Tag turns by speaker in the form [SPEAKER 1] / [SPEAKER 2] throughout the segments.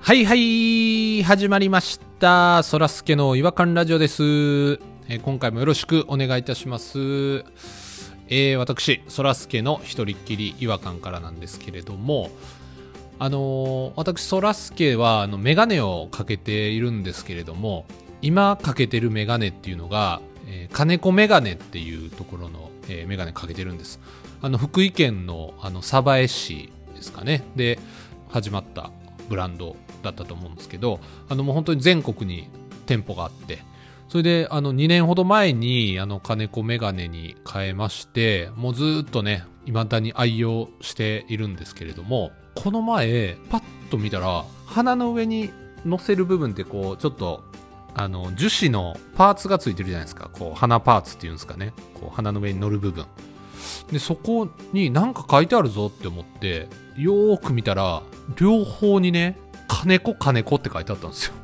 [SPEAKER 1] はいはい始まりましたそらすけの違和感ラジオです、えー今回もよろしくお願いいたしますえー私そらすけの一人っきり違和感からなんですけれどもあのー私そらすけはあのメガネをかけているんですけれども今かけてるメガネっていうのが、えー金子メガネっていうところの、えーメガネかけてるんですあの福井県のあの鯖江市ですかねで始まったブランドだったと思うんですけどあのもう本当に全国に店舗があってそれであの2年ほど前にあの金子メガネに変えましてもうずーっとね未だに愛用しているんですけれどもこの前パッと見たら鼻の上に乗せる部分ってこうちょっとあの樹脂のパーツがついてるじゃないですかこう鼻パーツっていうんですかねこう鼻の上に乗る部分でそこに何か書いてあるぞって思ってよーく見たら両方にね「金子金子」って書いてあったんですよ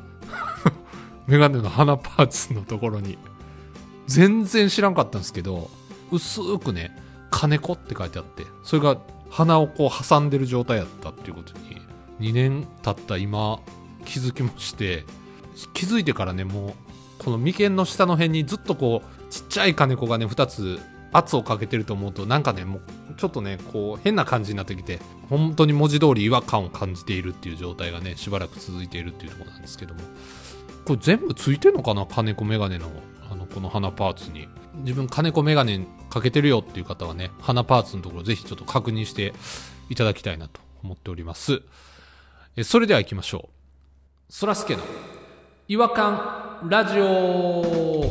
[SPEAKER 1] メガネの鼻パーツのところに全然知らんかったんですけど薄くね「金子」って書いてあってそれが鼻をこう挟んでる状態やったっていうことに2年経った今気づきまして気づいてからねもうこの眉間の下の辺にずっとこうちっちゃい金子がね2つ圧をかけてると思うとなんかねもうちょっとねこう変な感じになってきて本当に文字通り違和感を感じているっていう状態がねしばらく続いているっていうところなんですけどもこれ全部ついてんのかな金子メガネのあのこの鼻パーツに自分金子メガネかけてるよっていう方はね鼻パーツのところぜひちょっと確認していただきたいなと思っておりますえそれでは行きましょうそらすけの違和感ラジオ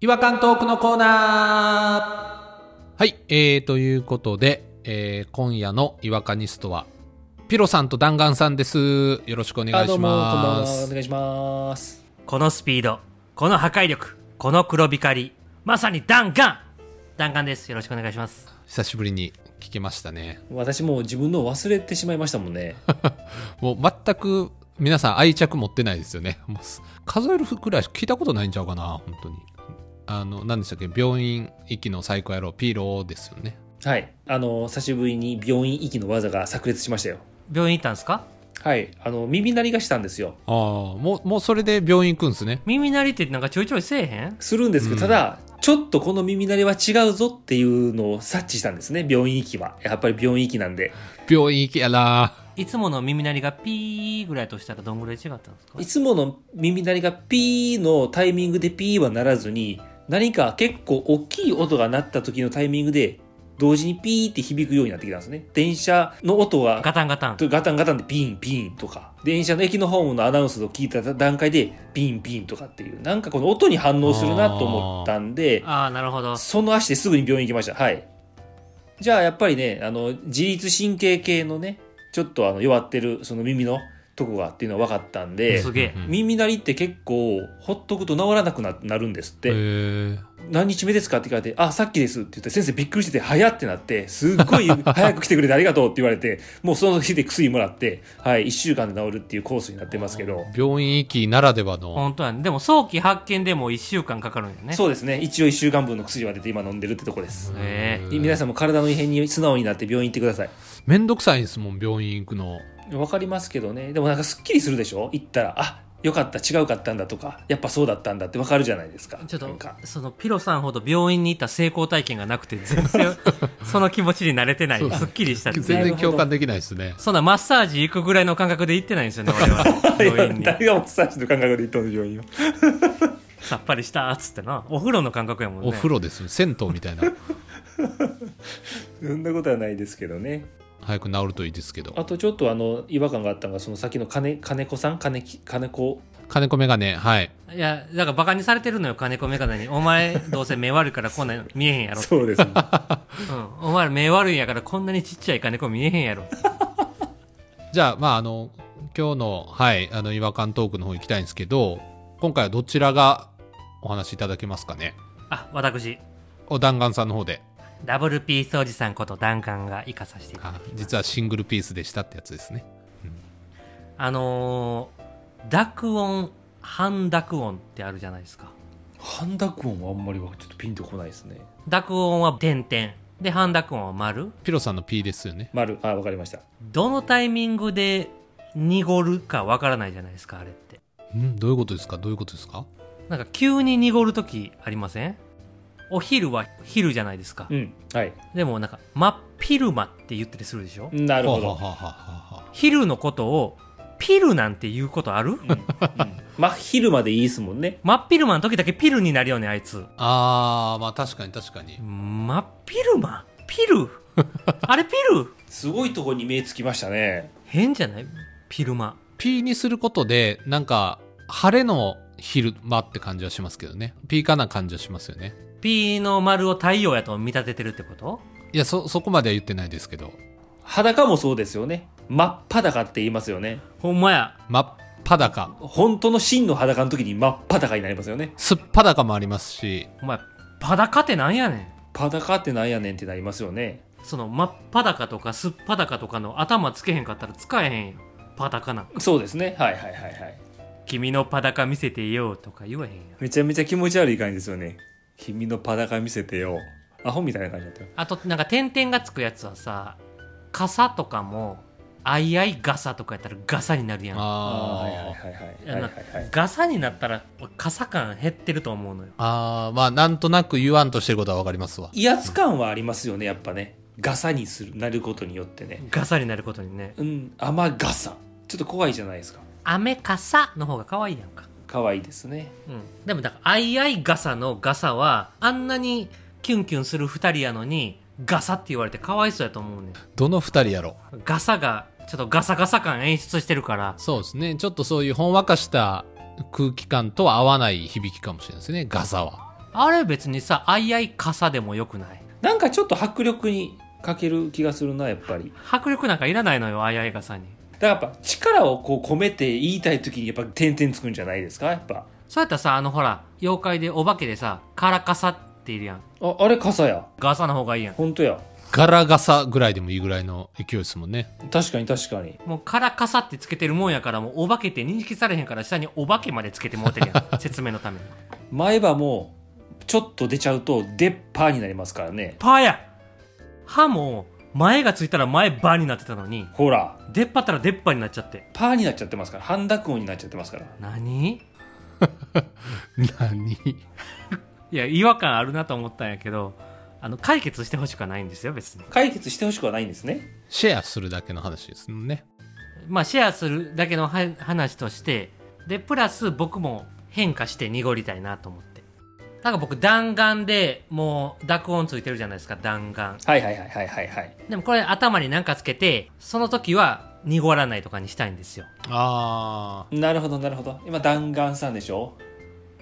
[SPEAKER 1] 違和感トークのコーナーはい、えー、ということで、えー、今夜の違和感ニストはピロさんと弾丸さんですよろしくお願いしま
[SPEAKER 2] あどうもこんばんはお
[SPEAKER 1] す
[SPEAKER 2] 願いします。
[SPEAKER 3] このスピード、この破壊力、この黒光り、まさに弾丸弾丸です。よろしくお願いします。
[SPEAKER 1] 久しぶりに聞けましたね
[SPEAKER 2] 私もう自分のを忘れてしまいましたもん ね。
[SPEAKER 1] もう全く皆さん愛着持ってないですよね。もうす数えるくらいしか聞いたことないんちゃうかな、本当に。あの、何でしたっけ、病院行きの最高野郎、ピーローですよね。
[SPEAKER 2] はい。あの、久しぶりに病院行きの技が炸裂しましたよ。
[SPEAKER 3] 病院行ったんですか
[SPEAKER 2] はい。あの、耳鳴りがしたんですよ。
[SPEAKER 1] ああ、もう、もうそれで病院行くんですね。
[SPEAKER 3] 耳鳴りってなんかちょいちょいせえへん
[SPEAKER 2] するんですけど、ただ、ちょっとこの耳鳴りは違うぞっていうのを察知したんですね。病院行きは。やっぱり病院行きなんで。
[SPEAKER 1] 病院行きやな。
[SPEAKER 3] いつもの耳鳴りがピーぐらいとしたらどんぐらい違ったんですか
[SPEAKER 2] いつもの耳鳴りがピーのタイミングでピーはならずに、何か結構大きい音が鳴った時のタイミングで、同時にピーって響くようになってきたんですね。電車の音が
[SPEAKER 3] ガタンガタン。
[SPEAKER 2] とガタンガタンでピンピンとか電車の駅のホームのアナウンスを聞いた段階でピンピンとかっていうなんかこの音に反応するなと思ったんで
[SPEAKER 3] ああ、なるほど。
[SPEAKER 2] その足ですぐに病院行きましたはいじゃあやっぱりねあの自律神経系のねちょっとあの弱ってるその耳のとこがっていうのは分かったんで
[SPEAKER 3] すげえ
[SPEAKER 1] うん。
[SPEAKER 2] 耳鳴りって結構ほっとくと治らなくななるんですっ
[SPEAKER 1] へ
[SPEAKER 2] て
[SPEAKER 1] え
[SPEAKER 2] 何日目ですかって聞かれて、あ、さっきですって言って、先生びっくりしてて、早ってなって、すっごい早く来てくれてありがとうって言われて、もうその日で薬もらって、はい、1週間で治るっていうコースになってますけど、
[SPEAKER 1] 病院行きならではの。
[SPEAKER 3] 本当やね。でも早期発見でも1週間かかるんやね。
[SPEAKER 2] そうですね、一応1週間分の薬は出て今飲んでるってとこです。
[SPEAKER 3] へえ
[SPEAKER 1] うん
[SPEAKER 2] 皆さんも体の異変に素直になって病院行ってください。
[SPEAKER 1] めんどくさいんですもん、病院行くの。
[SPEAKER 2] わかりますけどね、でもなんかすっきりするでしょ行ったら、あ、よかった、違うかったんだとか、やっぱそうだったんだってわかるじゃないですか。
[SPEAKER 3] ちょっ
[SPEAKER 2] なん
[SPEAKER 3] と
[SPEAKER 2] か、
[SPEAKER 3] そのピロさんほど病院に行った成功体験がなくて、全 然その気持ちに慣れてな
[SPEAKER 1] そう
[SPEAKER 3] い。
[SPEAKER 1] です
[SPEAKER 3] すっきりしたってい
[SPEAKER 1] 全
[SPEAKER 3] う。
[SPEAKER 1] 然共感できないですね。
[SPEAKER 3] そんなマッサージ行くぐらいの感覚で行ってないんですよね、俺は。病院に。
[SPEAKER 2] 誰がマッサージの感覚で行ったの病院は。
[SPEAKER 3] さっぱりしたっつってなお風呂の感覚やもんね
[SPEAKER 1] お風呂ですね。銭湯みたいな。
[SPEAKER 2] そんなことはないですけどね。
[SPEAKER 1] 早く治るといいですけど。
[SPEAKER 2] あとちょっとあの違和感があったのがその先の金金子さん金木金子
[SPEAKER 1] 金子メガネ、はい。
[SPEAKER 3] いやだからバカにされてるのよ金子メガネにお前どうせ目悪いからこんなに見えへんやろ、
[SPEAKER 2] そうですね
[SPEAKER 3] うん、お前ら目悪いんやからこんなにちっちゃい金子見えへんやろ
[SPEAKER 1] じゃあ、まあ、あの、今日の、はい、あの、違和感トークの方行きたいんですけど、今回はどちらがお話しいただけますかね。
[SPEAKER 3] あ私
[SPEAKER 1] お弾丸さんの方で。
[SPEAKER 3] ダブルピースおじさんこと弾丸が生かさせていただ
[SPEAKER 1] あ実はシングルピースでしたってやつですね。
[SPEAKER 3] あのー濁音半濁音ってあるじゃないですか
[SPEAKER 2] 半濁音はあんまりはちょっとピンとこないですね
[SPEAKER 3] 濁音は点々で半濁音は丸
[SPEAKER 1] ピロさんの P ですよね
[SPEAKER 2] 丸あわかりました
[SPEAKER 3] どのタイミングで濁るかわからないじゃないですかあれって
[SPEAKER 1] んどういうことですかどういうことですか
[SPEAKER 3] なんか急に濁る時ありませんお昼は昼じゃないですか、
[SPEAKER 2] うんはい
[SPEAKER 3] でもなんか真っ昼間って言ったりするでしょ、
[SPEAKER 2] なるほ
[SPEAKER 1] は
[SPEAKER 2] ど
[SPEAKER 1] ははははは
[SPEAKER 3] 昼のことをピルなんて言うことある、
[SPEAKER 2] 真昼 までいいですもんね
[SPEAKER 3] 真っ昼間の時だけピルになるよねあいつ
[SPEAKER 1] あーまあ確かに確かに
[SPEAKER 3] 真っ昼間ピルあれピル
[SPEAKER 2] すごいとこに目つきましたね
[SPEAKER 3] 変じゃないピルマ
[SPEAKER 1] P にすることでなんか晴れの昼間って感じはしますけどね P かな感じはしますよね
[SPEAKER 3] P の丸を太陽やと見立ててるってこと
[SPEAKER 1] いやそそこまでは言ってないですけど
[SPEAKER 2] 裸もそうですよね真っ裸って言いますよね
[SPEAKER 3] ほんまや
[SPEAKER 1] 真っ裸
[SPEAKER 2] 本当の真の裸の時に真っ裸になりますよね
[SPEAKER 1] すっ裸もありますし
[SPEAKER 3] お前裸ってなんやねん
[SPEAKER 2] 裸ってなんやねんってなりますよね
[SPEAKER 3] その真っ裸とかすっ裸とかの頭つけへんかったら使えへんよ裸なんか
[SPEAKER 2] そうですねはいはいはいはい
[SPEAKER 3] 君の裸見せてよとか言わへんよ
[SPEAKER 2] めちゃめちゃ気持ち悪い感じですよね君の裸見せてよアホみたいな感じだったよ
[SPEAKER 3] あとなんか点々がつくやつはさ傘とかもあいあい傘とかやったらガサになるやん
[SPEAKER 1] あー
[SPEAKER 2] はいはい
[SPEAKER 3] いやなガサになったら傘感減ってると思うのよ
[SPEAKER 1] あーまあなんとなく言わんとしてることはわかりますわ
[SPEAKER 2] 威圧感はありますよねやっぱねガサにするなることによってね
[SPEAKER 3] ガサになることにね
[SPEAKER 2] うん雨ガサちょっと怖いじゃないですか
[SPEAKER 3] 雨傘の方が可愛いやんか
[SPEAKER 2] 可愛いですね
[SPEAKER 3] うんでもだからあいあい傘のガサはあんなにキュンキュンする二人やのにガサって言われてかわいそうやと思うねん
[SPEAKER 1] どの二人やろ
[SPEAKER 3] ガサがちょっとガサガサ感演出してるから
[SPEAKER 1] そうですねちょっとそういうほんわかした空気感とは合わない響きかもしれないですねガサは
[SPEAKER 3] あれ別にさあいあい傘でもよくない
[SPEAKER 2] なんかちょっと迫力に欠ける気がするなやっぱり
[SPEAKER 3] 迫力なんかいらないのよあいあい傘に
[SPEAKER 2] だからやっぱ力をこう込めて言いたい時にやっぱ点々つくんじゃないですかやっぱ
[SPEAKER 3] そうやったらさあのほら妖怪でお化けでさカラカサっているやん
[SPEAKER 2] ああれ傘や
[SPEAKER 3] ガサの方がいいやん
[SPEAKER 2] 本当や
[SPEAKER 1] ガラガサぐらいでもいいぐらいの勢いですもん ね
[SPEAKER 2] 確かに確かに
[SPEAKER 3] もうカラカサってつけてるもんやからもうお化けって認識されへんから下にお化けまでつけてもうてるやん説明のために
[SPEAKER 2] 前歯もちょっと出ちゃうと出っ歯になりますからね
[SPEAKER 3] パーや歯も前がついたら前バーになってたのに
[SPEAKER 2] ほら
[SPEAKER 3] 出っ張ったら出っ張になっちゃって
[SPEAKER 2] パーになっちゃってますから半濁音になっちゃってますから
[SPEAKER 3] 何
[SPEAKER 1] 何
[SPEAKER 3] いや違和感あるなと思ったんやけどあの解決してほしくはないんですよ別に
[SPEAKER 2] 解決してほしくはないんですね
[SPEAKER 1] シェアするだけの話ですもんね
[SPEAKER 3] まあシェアするだけのは話としてでプラス僕も変化して濁りたいなと思ってなんか僕弾丸でもう濁音ついてるじゃないですか弾丸
[SPEAKER 2] はいはいはいはいはいはい
[SPEAKER 3] でもこれ頭に何かつけてその時は濁らないとかにしたいんですよ
[SPEAKER 1] あ
[SPEAKER 2] なるほどなるほど今弾丸さんでしょ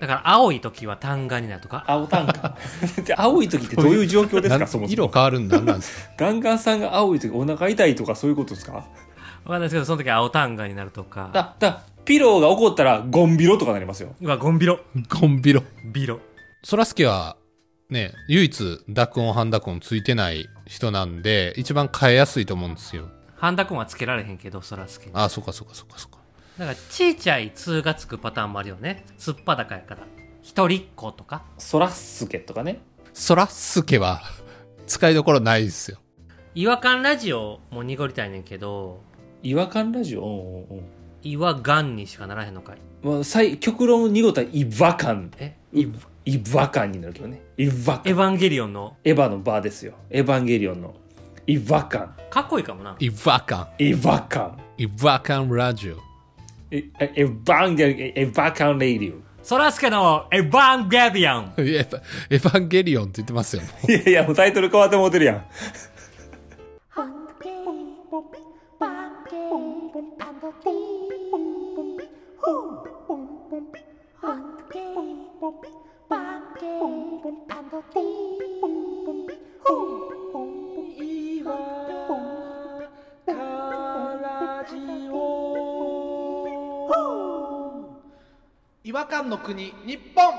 [SPEAKER 3] だから青い時は単眼になるとか
[SPEAKER 2] 青弾 丸で青い時ってどういう状況
[SPEAKER 1] あ
[SPEAKER 2] です
[SPEAKER 1] な
[SPEAKER 2] か
[SPEAKER 1] ん
[SPEAKER 2] そもそ
[SPEAKER 1] 色
[SPEAKER 2] も
[SPEAKER 1] 変わるんだなんですか
[SPEAKER 2] 弾丸さんが青い時お腹痛いとかそういうことですか
[SPEAKER 3] わかんないですけどその時は青単眼になるとか
[SPEAKER 2] だだピローが怒ったらゴンビロとかなりますよ
[SPEAKER 3] うわゴンビロ
[SPEAKER 1] コンビロ
[SPEAKER 3] ビロ
[SPEAKER 1] そらすけはね唯一濁音半濁音ついてない人なんで一番変えやすいと思うんですよ
[SPEAKER 3] 半濁音はつけられへんけどそらすけに
[SPEAKER 1] ああそうかそうかそうかそうか
[SPEAKER 3] だからちいちゃい「つ」がつくパターンもあるよねすっぱだかやから一人っ子とか
[SPEAKER 2] そらすけとかね
[SPEAKER 1] そらすけは使いどころないですよ
[SPEAKER 3] 違和感ラジオも濁りたいねんけど
[SPEAKER 2] 違和感ラジオうんうん
[SPEAKER 3] 違和感にしかならへんのかい
[SPEAKER 2] うんまあ最極論濁ったら違和感
[SPEAKER 3] え
[SPEAKER 2] 違和感になるけどね違和
[SPEAKER 3] エ
[SPEAKER 2] 感
[SPEAKER 3] ヴァンゲリオンの
[SPEAKER 2] エヴァのバーですよエヴァンゲリオンの違和感
[SPEAKER 3] かっこいいかもな
[SPEAKER 1] 違和感
[SPEAKER 2] 違和感
[SPEAKER 1] 違和感ラジオ
[SPEAKER 2] ええエヴァンゲリエヴァカンレイリュ
[SPEAKER 3] そらすけのエヴァンゲリオン
[SPEAKER 1] いやエヴァエヴァンゲリオンって言ってますよもう
[SPEAKER 2] いやいやもうタイトル変わってもうてるやん
[SPEAKER 4] Hunky,
[SPEAKER 5] 違和感の国日本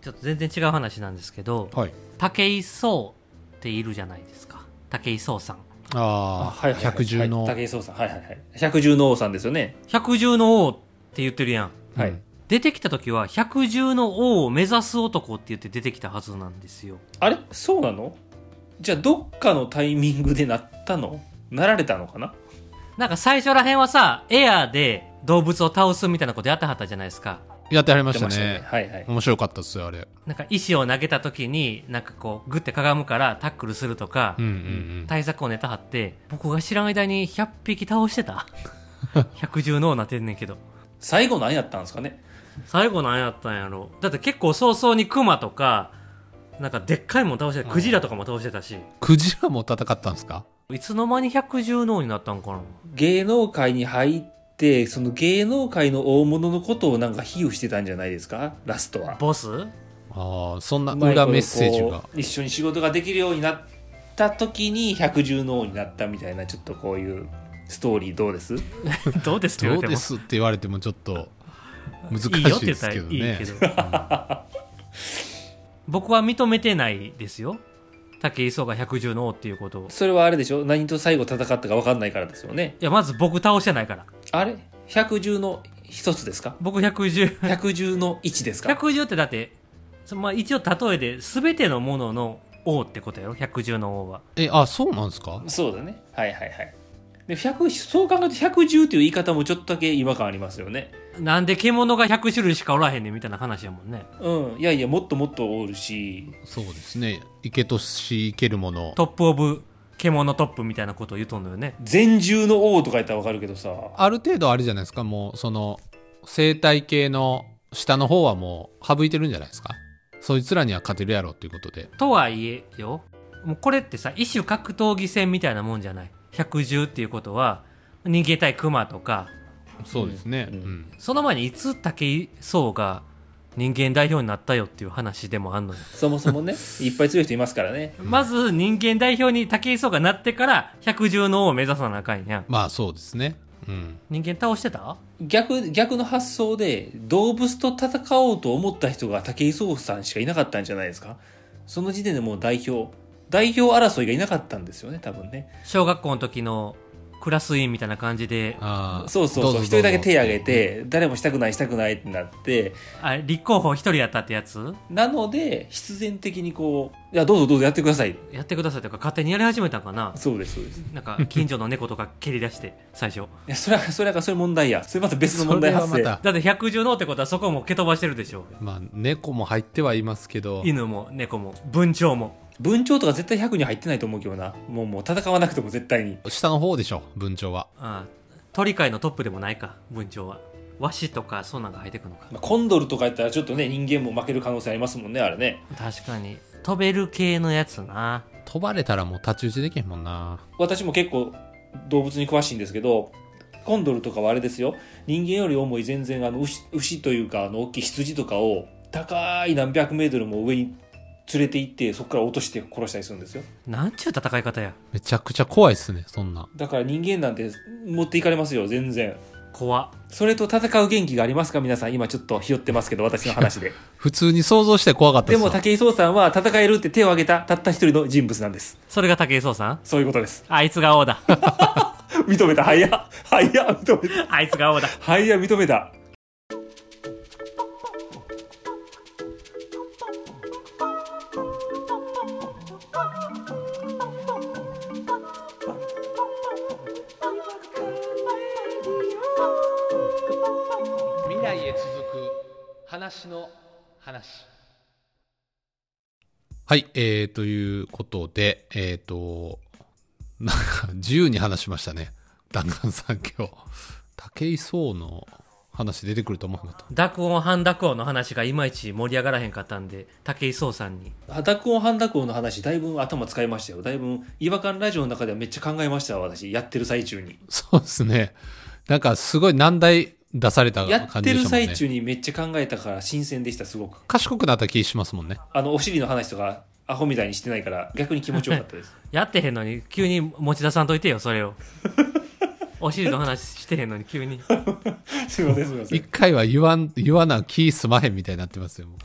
[SPEAKER 3] ちょっと全然違う話なんですけど
[SPEAKER 1] はい
[SPEAKER 3] 武井壮っているじゃないですか武井壮さん
[SPEAKER 1] ああ、百獣の、
[SPEAKER 2] はい武井壮さんはいはいはい百獣の王さんですよね
[SPEAKER 3] 百獣の王って言ってるやん
[SPEAKER 2] はい、
[SPEAKER 1] うん
[SPEAKER 3] 出てきた時は百獣の王を目指す男って言って出てきたはずなんですよ
[SPEAKER 2] あれそうなのじゃあどっかのタイミングでなったのなられたのかな
[SPEAKER 3] なんか最初らへんはさエアーで動物を倒すみたいなことやってはったじゃないですか
[SPEAKER 1] やってはりま
[SPEAKER 2] 出
[SPEAKER 1] した
[SPEAKER 2] ま
[SPEAKER 1] ね
[SPEAKER 2] したね。はいはい。
[SPEAKER 1] 面白かったっすよあれ
[SPEAKER 3] なんか石を投げた時になんかこうグッてかがむからタックルするとか、
[SPEAKER 1] うんうん
[SPEAKER 3] 対策をネタ張って僕が知らん間に100匹倒して た百獣の王なってんねんけど
[SPEAKER 2] 最後何やったんですかね
[SPEAKER 3] 最後何やったんやろだって結構早々にクマとかなんかでっかいもん倒してたクジラとかも倒してたし、
[SPEAKER 1] うんクジラも戦ったんですか
[SPEAKER 3] いつの間に百獣の王になったんかな
[SPEAKER 2] 芸能界に入って、その芸能界の大物のことをなんか比喩してたんじゃないですかラストは。
[SPEAKER 3] ボス
[SPEAKER 1] ああそんな
[SPEAKER 2] うまいこと
[SPEAKER 1] 裏
[SPEAKER 2] こう
[SPEAKER 1] メッセージが
[SPEAKER 2] 一緒に仕事ができるようになった時に百獣の王になったみたいな、ちょっとこういうストーリーどうです
[SPEAKER 3] どうですって言
[SPEAKER 1] ど
[SPEAKER 3] わ
[SPEAKER 1] うで
[SPEAKER 3] れても
[SPEAKER 1] すって言われてもちょっと難し
[SPEAKER 3] いいよっ
[SPEAKER 1] い
[SPEAKER 3] て
[SPEAKER 1] で
[SPEAKER 3] 言った
[SPEAKER 1] す
[SPEAKER 3] ら
[SPEAKER 1] け
[SPEAKER 3] い
[SPEAKER 1] ど
[SPEAKER 3] い
[SPEAKER 1] ね
[SPEAKER 3] けど僕は認めてないですよ武井壮が百獣の王っていうことを
[SPEAKER 2] それはあれでしょ何と最後戦ったか分かんないからですよね。
[SPEAKER 3] いやまず僕倒してないから
[SPEAKER 2] あれ百獣の一つですか
[SPEAKER 3] 僕 百獣
[SPEAKER 2] 百獣の一ですか
[SPEAKER 3] 百獣ってだってそまあ、一応例えで全てのものの王ってことやろ百獣の王は
[SPEAKER 1] えあそうなんですか
[SPEAKER 2] そうだね。はいはいはい。で百そう考えると百獣という言い方もちょっとだけ違和感ありますよね。
[SPEAKER 3] なんで獣が100種類しかおらへんねんみたいな話やもんね
[SPEAKER 2] うん。いやいや、もっともっとおるし、
[SPEAKER 1] そうですね池とし生けるもの
[SPEAKER 3] トップオブ獣トップみたいなことを言うとんのよね
[SPEAKER 2] 全獣の王とか言ったら分かるけどさ。
[SPEAKER 1] ある程度あれじゃないですかもうその生態系の下の方はもう省いてるんじゃないですかそいつらには勝てるやろっていうことで
[SPEAKER 3] とはいえよもうこれってさ一種格闘技戦みたいなもんじゃない百獣っていうことは逃げたい熊とか
[SPEAKER 1] そうですね
[SPEAKER 2] うん
[SPEAKER 1] うん
[SPEAKER 3] その前にいつ武井壮が人間代表になったよっていう話でもあんのよ
[SPEAKER 2] そもそもね、いっぱい強い人いますからね。
[SPEAKER 3] まず人間代表に武井壮がなってから百獣の王を目指さなあかんやん
[SPEAKER 1] まあそうですねうん
[SPEAKER 3] 人間倒してた
[SPEAKER 2] 逆、逆の発想で、動物と戦おうと思った人が武井壮さんしかいなかったんじゃないですかその時点でもう代表、代表争いがいなかったんですよね、多分ね。
[SPEAKER 3] 小学校の時のクラス委員みたいな感じで
[SPEAKER 1] あー
[SPEAKER 2] そうそう
[SPEAKER 1] ど
[SPEAKER 2] そう、
[SPEAKER 1] ぞ
[SPEAKER 2] 一人だけ
[SPEAKER 1] どうぞ
[SPEAKER 2] 手挙げて、誰もしたくないしたくないってなって、
[SPEAKER 3] あ立候補一人やったってやつ
[SPEAKER 2] なので、必然的にこう、いや、どうぞどうぞやってください。
[SPEAKER 3] やってくださいとか勝手にやり始めたんかな
[SPEAKER 2] そうです、そうです。い
[SPEAKER 3] なんか近所の猫とか蹴り出して最初
[SPEAKER 2] や、それは、それは、それ問題や。それまた別の問題発
[SPEAKER 1] それ
[SPEAKER 2] 生。
[SPEAKER 1] はま
[SPEAKER 3] だって百獣のってことはそこも蹴飛ばしてるでしょ
[SPEAKER 1] たまあ猫も入ってはいますけど
[SPEAKER 3] 犬も猫も文鳥も
[SPEAKER 2] 文鳥とか絶対100に入ってないと思うけどな。もう、もう戦わなくても絶対に。
[SPEAKER 1] 下の方でしょ文鳥は
[SPEAKER 3] あ鳥界のトップでもないか文鳥はワシとかそんなんが入ってくのか
[SPEAKER 2] まあコンドルとかやったらちょっとね、人間も負ける可能性ありますもんね、あれね。
[SPEAKER 3] 確かに飛べる系のやつな
[SPEAKER 1] 飛ばれたらもう太刀打ちできへんもんな
[SPEAKER 2] 私も結構動物に詳しいんですけど、コンドルとかはあれですよ。人間より重い全然あの牛牛というかあの大きい羊とかを高い何百メートルも上に連れて行ってそこから落として殺したりするんですよ。
[SPEAKER 3] なんちゅう戦い方や
[SPEAKER 1] めちゃくちゃ怖いっすねそんな
[SPEAKER 2] だから人間なんて持っていかれますよ、全然。
[SPEAKER 3] 怖
[SPEAKER 2] それと戦う元気がありますか皆さん。今ちょっとひよってますけど、私の話で。
[SPEAKER 1] 普通に想像して怖かったっ
[SPEAKER 2] です
[SPEAKER 1] わ
[SPEAKER 2] も、武井壮さんは戦えるって手を挙げた、たった一人の人物なんです。
[SPEAKER 3] それが武井壮さん
[SPEAKER 2] そういうことです。
[SPEAKER 3] あいつが王だ
[SPEAKER 2] 認めた、はいや、はいや、認めた。
[SPEAKER 3] あいつが王だ
[SPEAKER 2] はいや、認めた。
[SPEAKER 5] 未来へ続く話の話
[SPEAKER 1] はい、えー、ということで、えっ、と、なんか自由に話しましたね。弾丸さん今日。武井壮の話出てくると思わなかっ
[SPEAKER 3] 濁音半濁音の話がいまいち盛り上がらへんかったんで武井壮さんに
[SPEAKER 2] 濁音半濁音の話だいぶ頭使いましたよだいぶ違和感ラジオの中ではめっちゃ考えましたわ私やってる最中に
[SPEAKER 1] た。そうですね。なんかすごい難題出された
[SPEAKER 2] やっ
[SPEAKER 1] 感
[SPEAKER 2] て
[SPEAKER 1] じで
[SPEAKER 2] る
[SPEAKER 1] したもんね。
[SPEAKER 2] 最中にめっちゃ考えたから新鮮でしたすごく
[SPEAKER 1] 賢くなった気しますもんね。
[SPEAKER 2] あのお尻の話とかアホみたいにしてないから逆に気持ちよかったです
[SPEAKER 3] やってへんのに急に持ち出さんといてよそれ をお尻の話してへんのに急に
[SPEAKER 2] すいませんすいませ
[SPEAKER 1] 一
[SPEAKER 2] ん
[SPEAKER 1] 回は言わん、言わな気すまへんみたいになってますよ。も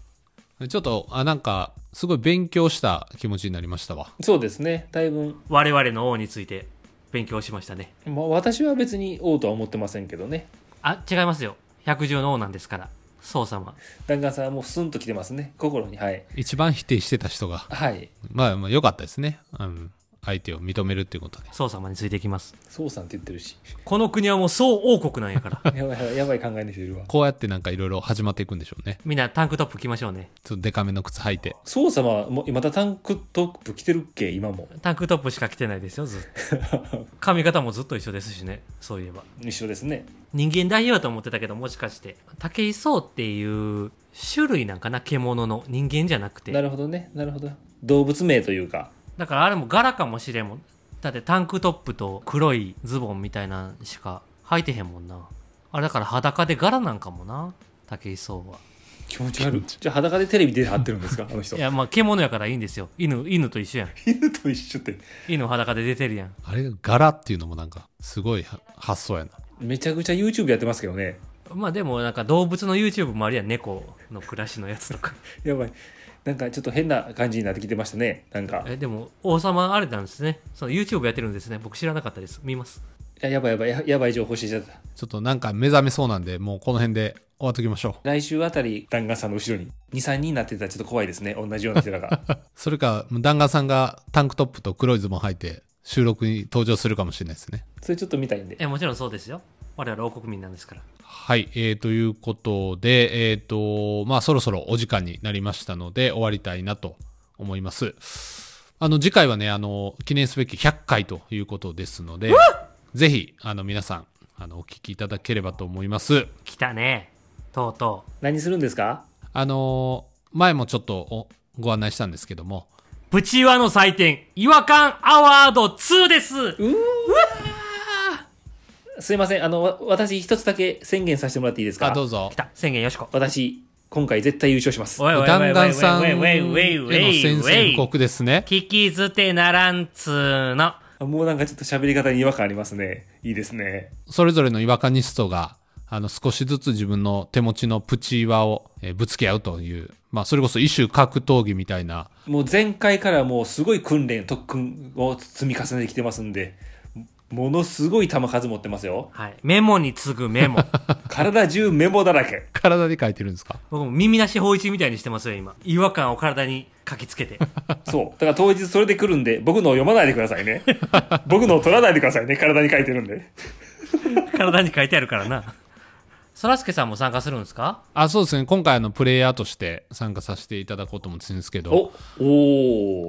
[SPEAKER 1] うちょっと、あ、なんか、すごい勉強した気持ちになりましたわ。
[SPEAKER 2] そうですねだいぶ、
[SPEAKER 3] 我々の王について勉強しましたね
[SPEAKER 2] まあ、私は別に王とは思ってませんけどね
[SPEAKER 3] あ違いますよ百獣の王なんですからそうさま。
[SPEAKER 2] 弾丸さんはもうスンと来てますね心にはい
[SPEAKER 1] 一番否定してた人が、
[SPEAKER 2] はい
[SPEAKER 1] まあ、まあ良かったですね、うん、相手を認めるっていうことで
[SPEAKER 3] そうさまについていきます。
[SPEAKER 2] そうさんって言ってるし
[SPEAKER 3] この国はもう総王国なんやから。
[SPEAKER 2] やばいやばいやばい考えの人いるわ
[SPEAKER 1] こうやってなんかいろいろ始まっていくんでしょうね
[SPEAKER 3] みんなタンクトップ着ましょうね。
[SPEAKER 1] ちょっとデカめの靴履いて
[SPEAKER 2] そうさまはもうまたタンクトップ着てるっけ今も
[SPEAKER 3] タンクトップしか着てないですよ、ずっと。髪型もずっと一緒ですしね、そういえば。
[SPEAKER 2] 一緒ですね
[SPEAKER 3] 人間代表だと思ってたけど、もしかして。竹井壮っていう種類なんかな、獣の。人間じゃなくて。
[SPEAKER 2] なるほどねなるほど動物名というか
[SPEAKER 3] だからあれも柄かもしれんもん。だってタンクトップと黒いズボンみたいなんしか履いてへんもんな。あれだから裸で柄なんかもな。武井壮は。
[SPEAKER 2] 気持ち悪いじゃあ裸でテレビ出てはってるんですかあの人
[SPEAKER 3] いや、まあ獣やからいいんですよ。犬、犬と一緒やん。
[SPEAKER 2] 犬と一緒って
[SPEAKER 3] 犬裸で出てるやん。
[SPEAKER 1] あれ柄っていうのもなんかすごいは発想やな
[SPEAKER 2] めちゃくちゃ YouTube やってますけどね
[SPEAKER 3] まあでもなんか動物の YouTube もあるやん。猫の暮らしのやつと か。
[SPEAKER 2] やばいなんかちょっと変な感じになってきてましたねなんか
[SPEAKER 3] え、でも王様あれなんですね。その YouTube やってるんですね。僕知らなかったです。見ます。
[SPEAKER 2] ややばいやばいややばい情報教えちゃった
[SPEAKER 1] ちょっとなんか目覚めそうなんでもうこの辺で終わっときましょ
[SPEAKER 2] 来週あたり弾丸さんの後ろに23人になってたらちょっと怖いですね同じような人らが
[SPEAKER 1] うそれか弾丸さんがタンクトップと黒いズボン履いて収録に登場するかもしれないですね
[SPEAKER 2] それちょっと見たいんで
[SPEAKER 3] え、もちろんそうですよ。我々王国民なんですから。
[SPEAKER 1] はい、えー、ということで、えーとまあ、そろそろお時間になりましたので終わりたいなと思いますあの次回はねあの記念すべき100回ということですのでぜひあの皆さんあのお聞きいただければと思います
[SPEAKER 3] 来たね。とうとう。
[SPEAKER 2] 何するんですか
[SPEAKER 1] あの前もちょっとおご案内したんですけども
[SPEAKER 3] プチワの祭典、違和感アワード2です
[SPEAKER 2] すいませんあのわ私一つだけ宣言させてもらっていいですか
[SPEAKER 1] あどうぞ
[SPEAKER 3] 来た宣言よしこ
[SPEAKER 2] 私今回絶対優勝します
[SPEAKER 3] おいおいおいおいおい
[SPEAKER 1] 弾
[SPEAKER 3] おい
[SPEAKER 1] 丸さんへ
[SPEAKER 3] おいおいおいおいおいおいおい
[SPEAKER 1] の宣戦布告ですね
[SPEAKER 3] 聞き捨てならんつーの
[SPEAKER 2] あもうなんかちょっと喋り方に違和感ありますねいいですね
[SPEAKER 1] それぞれの違和感ニストが、あの、少しずつ自分の手持ちのプチ輪を、えーぶつけ合うという、まあ、それこそ異種格闘技みたいな、
[SPEAKER 2] もう前回からもうすごい訓練特訓を積み重ねてきてますんでものすごい球数持ってますよ
[SPEAKER 3] はいメモに次ぐメ モ
[SPEAKER 2] 体中メモだらけ
[SPEAKER 1] 体で書いてるんですか
[SPEAKER 3] 僕も耳なし法一みたいにしてますよ今違和感を体に書きつけて
[SPEAKER 2] そうだから当日それで来るんで僕のを読まないでくださいね僕のを取らないでくださいね体に書いてるんで
[SPEAKER 3] 体に書いてあるからなそらすけさんも参加するんですか
[SPEAKER 1] あ、そうですね。今回、あの、プレイヤーとして参加させていただこうと思ってるんですけど、
[SPEAKER 2] お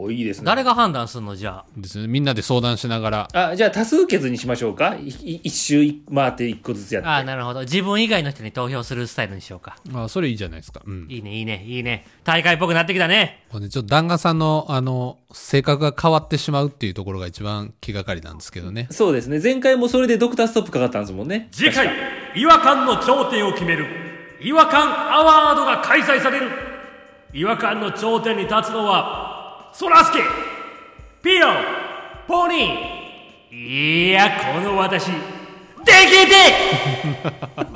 [SPEAKER 2] おーいいですね
[SPEAKER 3] 誰が判断するのじゃあ
[SPEAKER 1] ですね、みんなで相談しながら、
[SPEAKER 2] あじゃあ多数決にしましょうかいい一周回って一個ずつやって
[SPEAKER 3] ああなるほど自分以外の人に投票するスタイルにしようか
[SPEAKER 1] あ、それいいじゃないですか。うん。
[SPEAKER 3] いいねいいねいいね大会っぽくなってきたね
[SPEAKER 1] これねちょっと旦那さんの、あの、性格が変わってしまうっていうところが一番気がかりなんですけどね。
[SPEAKER 2] そうですね前回もそれでドクターストップかかったんですもんね
[SPEAKER 3] 次回違和感の頂点を決める違和感アワードが開催される違和感の頂点に立つのはそらすけピロポニーいやこの私できて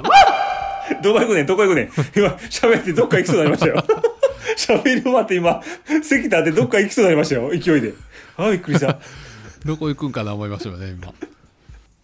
[SPEAKER 2] どこ行くねんどこ行くねん今喋ってどっか行きそうになりましたよ 喋り終わって今席立ってどっか行きそうになりましたよ勢いであびっくりした
[SPEAKER 1] どこ行くんかな思いましたよね、今。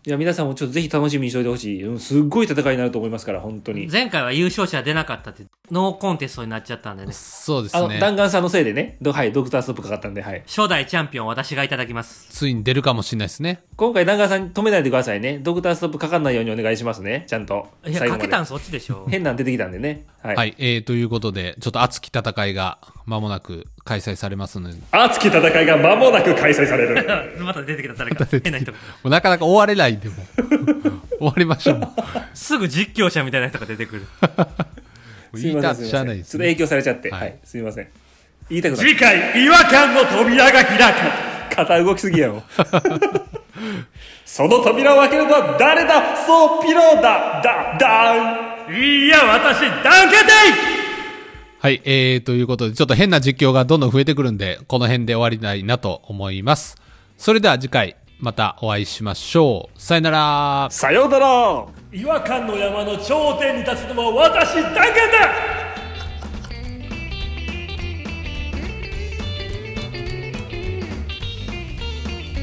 [SPEAKER 2] いや皆さんもちょっとぜひ楽しみにしておいてほしい、うん、すっごい戦いになると思いますから本当に
[SPEAKER 3] 前回は優勝者は出なかったってノーコンテストになっちゃったんでね
[SPEAKER 1] そうで
[SPEAKER 2] あ
[SPEAKER 1] す
[SPEAKER 2] の、
[SPEAKER 1] ね。
[SPEAKER 2] 弾丸さんのせいでね、どはい、ドクターストップかかったんで、はい。
[SPEAKER 3] 初代チャンピオン私がいただきます
[SPEAKER 1] ついに出るかもしれないですね。
[SPEAKER 2] 今回弾丸さん止めないでくださいね。ドクターストップかかんないようにお願いしますね。ちゃんと。
[SPEAKER 3] いや
[SPEAKER 2] 最後
[SPEAKER 3] か
[SPEAKER 2] まで
[SPEAKER 3] けたんそっちでしょ
[SPEAKER 2] 変なん出てきたんでね。はい。
[SPEAKER 1] はい、えー、ということで、ちょっと熱き戦いが間もなく開催されますので、も
[SPEAKER 2] 熱き戦いが間もなく開催される。
[SPEAKER 3] また出てきた誰か変 な人
[SPEAKER 1] うなかなか終われないんでも う終わりましょう。も
[SPEAKER 3] すぐ実況者みたいな人が出てくる
[SPEAKER 1] う
[SPEAKER 2] す
[SPEAKER 1] 言
[SPEAKER 2] い
[SPEAKER 1] いたっ
[SPEAKER 2] ませんす
[SPEAKER 1] て
[SPEAKER 2] い
[SPEAKER 1] しゃあ
[SPEAKER 2] ません
[SPEAKER 1] ないで
[SPEAKER 2] ち
[SPEAKER 1] す、ね。
[SPEAKER 2] ょっと影響されちゃって。は、
[SPEAKER 1] はいい
[SPEAKER 2] すみません。言いたくない。
[SPEAKER 3] 次回違和感の扉 が開く
[SPEAKER 2] 肩動きすぎやろ。その扉を開けるのは誰だそう、ピローだだだん
[SPEAKER 3] いや、私、ダンケテ
[SPEAKER 1] はい、えー、ということで、ちょっと変な実況がどんどん増えてくるんで、この辺で終わりたいなと思います。それでは次回、またお会いしましょう。さよなら。
[SPEAKER 2] さようなら
[SPEAKER 3] イ違和感の山の頂点に立つのは私、ダンケンだ
[SPEAKER 4] 「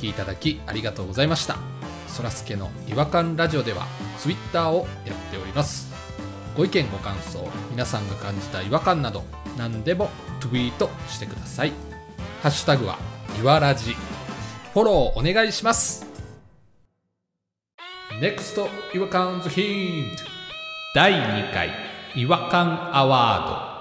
[SPEAKER 1] きいただきありがとうございましたそらすけの違和感ラジオではツイッターをやっておりますご意見ご感想皆さんが感じた違和感など何でもツイートしてくださいハッシュタグはいわらじフォローお願いします NEXT 違和感ズヒント第2回違和感アワード